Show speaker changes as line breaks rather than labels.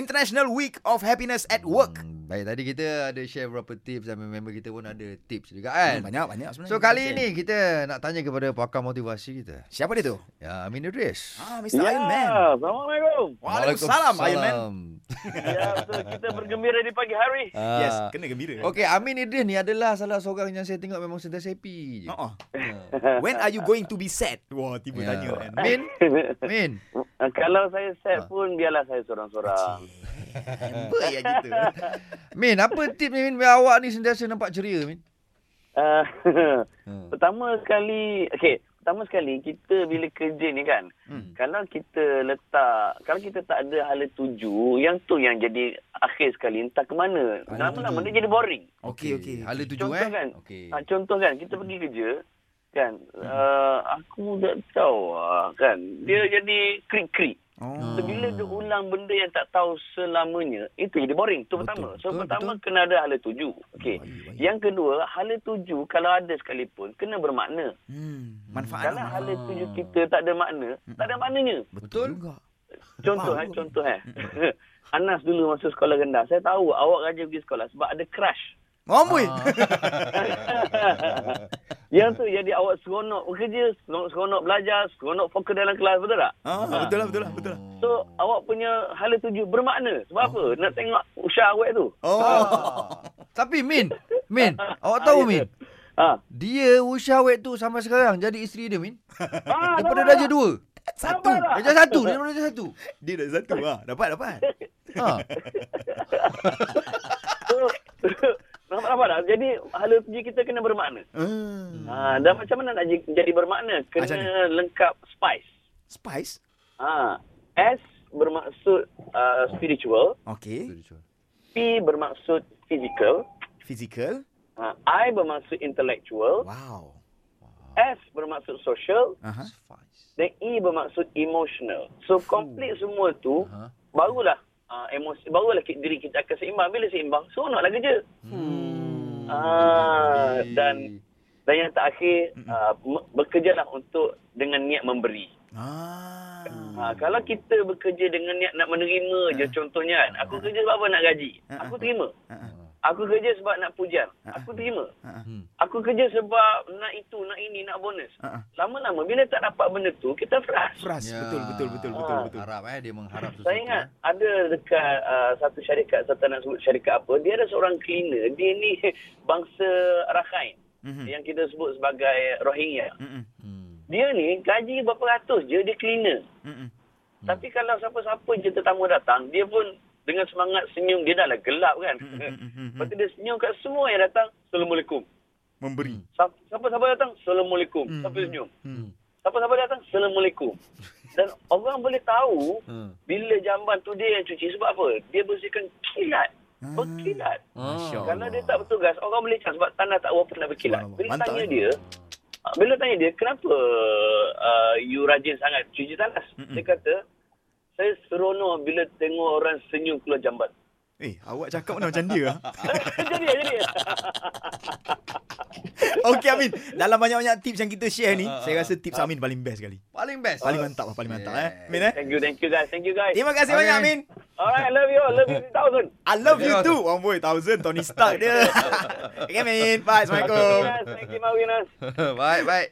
International Week of Happiness at Work.
Hmm, baik tadi kita ada share beberapa tips dan member kita pun ada tips juga kan.
Hmm, Banyak banyak sebenarnya.
So kali ini kita nak tanya kepada pakar motivasi kita.
siapa dia tu?
Ya, Amin Idris.
Ah, Mr. Iron Man.
Ya, Assalamualaikum.
Waalaikumsalam Iron Man.
Ya, betul. Kita bergembira di pagi hari.
Ah.
Yes, kena gembira.
Okey, Amin Idris ni adalah salah seorang yang saya tengok memang sentiasa happy je.
Uh-uh.
Ha.
When are you going to be sad? Wah, tiba
Ya.
tanya kan.
Min, Min.
Ah, Kalau saya sad pun, biarlah saya seorang-seorang.
Apa ya kita?
Min, apa tips ni Min biar awak ni sentiasa nampak ceria Min?
Ah,
Ha.
pertama sekali, okay, pertama sekali kita bila kerja ni kan,
Hmm.
kalau kita letak, kalau kita tak ada hala tuju, yang tu yang jadi akhir sekali, entah ke mana.
Hala
Lama-lama
tuju.
dia jadi boring.
Okey, okey.
Hala tuju
Contoh
eh.
kan,
Okey.
Ah, contoh kan, kita pergi kerja, kan, ah, aku tak tahu ah, kan,
Hmm.
dia jadi krik-krik.
Oh.
So, bila dia ulang benda yang tak tahu selamanya, itu jadi boring. Itu pertama. So,
betul,
pertama kena ada hala tuju. Okey. Yang kedua, hala tuju kalau ada sekalipun, kena bermakna.
Hmm. Manfaat
Kalau
lah.
hala tuju
Ah.
kita tak ada makna, tak ada maknanya.
Betul?
juga.
Contoh eh, contoh eh. Anas dulu masa sekolah rendah, saya tahu awak rajin pergi sekolah sebab ada crush.
Amboi.
yang tu jadi awak seronok bekerja, seronok, seronok belajar, seronok fokus dalam kelas, betul tak? Ha.
Ah, betul lah, betul lah, betul lah.
So, awak punya hala tuju bermakna. Sebab apa? Nak tengok Usha awet tu.
Oh.
Tapi Min, Min, awak tahu Min?
Ha.
Dia Usha Wet tu sampai sekarang jadi isteri dia Min.
Ah,
Daripada
sabar.
darjah dua. Hmm.
Satu.
Darjah satu, dia daripada darjah satu.
Dia dah satu lah. Dapat, dapat.
Ha.
So, nampak nampak tak? Jadi hala tuju kita kena bermakna.
Hmm.
Ha, dan macam mana nak j- jadi bermakna?
Macam
Kena lengkap spice.
Spice.
Ha, S bermaksud uh, spiritual,
Okey.
P bermaksud physical,
Physical.
ha, I bermaksud intellectual,
Wow.
S bermaksud social,
Aha.
dan E bermaksud emotional. So complete semua tu
Oh. Aha.
barulah uh, emosi barulah ki- diri kita akan seimbang. Bila seimbang, seronoklah kerja.
Hmm.
Ah, dan- Dan yang terakhir, uh, me- bekerjalah untuk dengan niat memberi.
Ah.
Hmm.
Ha, kalau kita bekerja dengan niat nak menerima je
Eh.
contohnya kan. Aku kerja sebab apa nak gaji. Aku terima.
Ah.
Aku kerja sebab nak pujian.
Eh.
Aku terima.
Ah.
Hmm.
Aku kerja sebab nak itu, nak ini, nak bonus.
Ah.
Lama-lama bila tak dapat benda tu, kita frust.
Frust.
Ya.
Betul, betul, betul, betul,
Ah.
betul.
Harap eh dia mengharap sesuatu. eh.
Saya ingat ada dekat uh, satu syarikat, saya tak nak sebut syarikat apa, dia ada seorang cleaner, dia ni bangsa Rakhine
Mhm.
yang kita sebut sebagai Rohingya.
Mhm.
Hmm.
Dia ni gaji berapa ratus je, dia cleaner.
Mhm.
Hmm. Tapi kalau siapa-siapa je tetamu datang, dia pun dengan semangat senyum, dia dah lah gelap kan.
Mm, mm, mm, mm.
Lepas tu dia senyum kat semua yang datang, Assalamualaikum.
Memberi.
Sa- Siapa-siapa datang, Assalamualaikum.
Hmm.
Siapa senyum.
Hmm.
Siapa-siapa datang, Assalamualaikum. Dan orang boleh tahu
Ha.
Hmm.
bila jamban tu dia yang cuci sebab apa? Dia bersihkan kilat. Berkilat.
Masya
Kalau dia tak bertugas, orang boleh cakap sebab tanah tak apa nak berkilat.
Subhanallah.
Bila
Mantap,
tanya
eh?
dia, ah, bila tanya dia, kenapa uh, you rajin sangat cuci tanah? Dia kata, saya seronok bila tengok orang senyum keluar jamban. Eh,
Eh, awak cakap mana macam dia?
jadi, jadi.
Okey Amin, dalam banyak-banyak tips yang kita share ni, saya rasa tips Amin paling best sekali.
Paling best.
Paling mantap lah, paling mantap eh. Amin eh.
Thank you, thank you guys, thank you guys.
Terima kasih
Amin.
banyak Amin.
Alright, I love you all. Love you 1000.
I love you
Thank
too.
you.
Oh boy, thousand Tony Stark dia. okay Amin, bye. Assalamualaikum.
Yes, thank you, Mawinas.
baik, baik.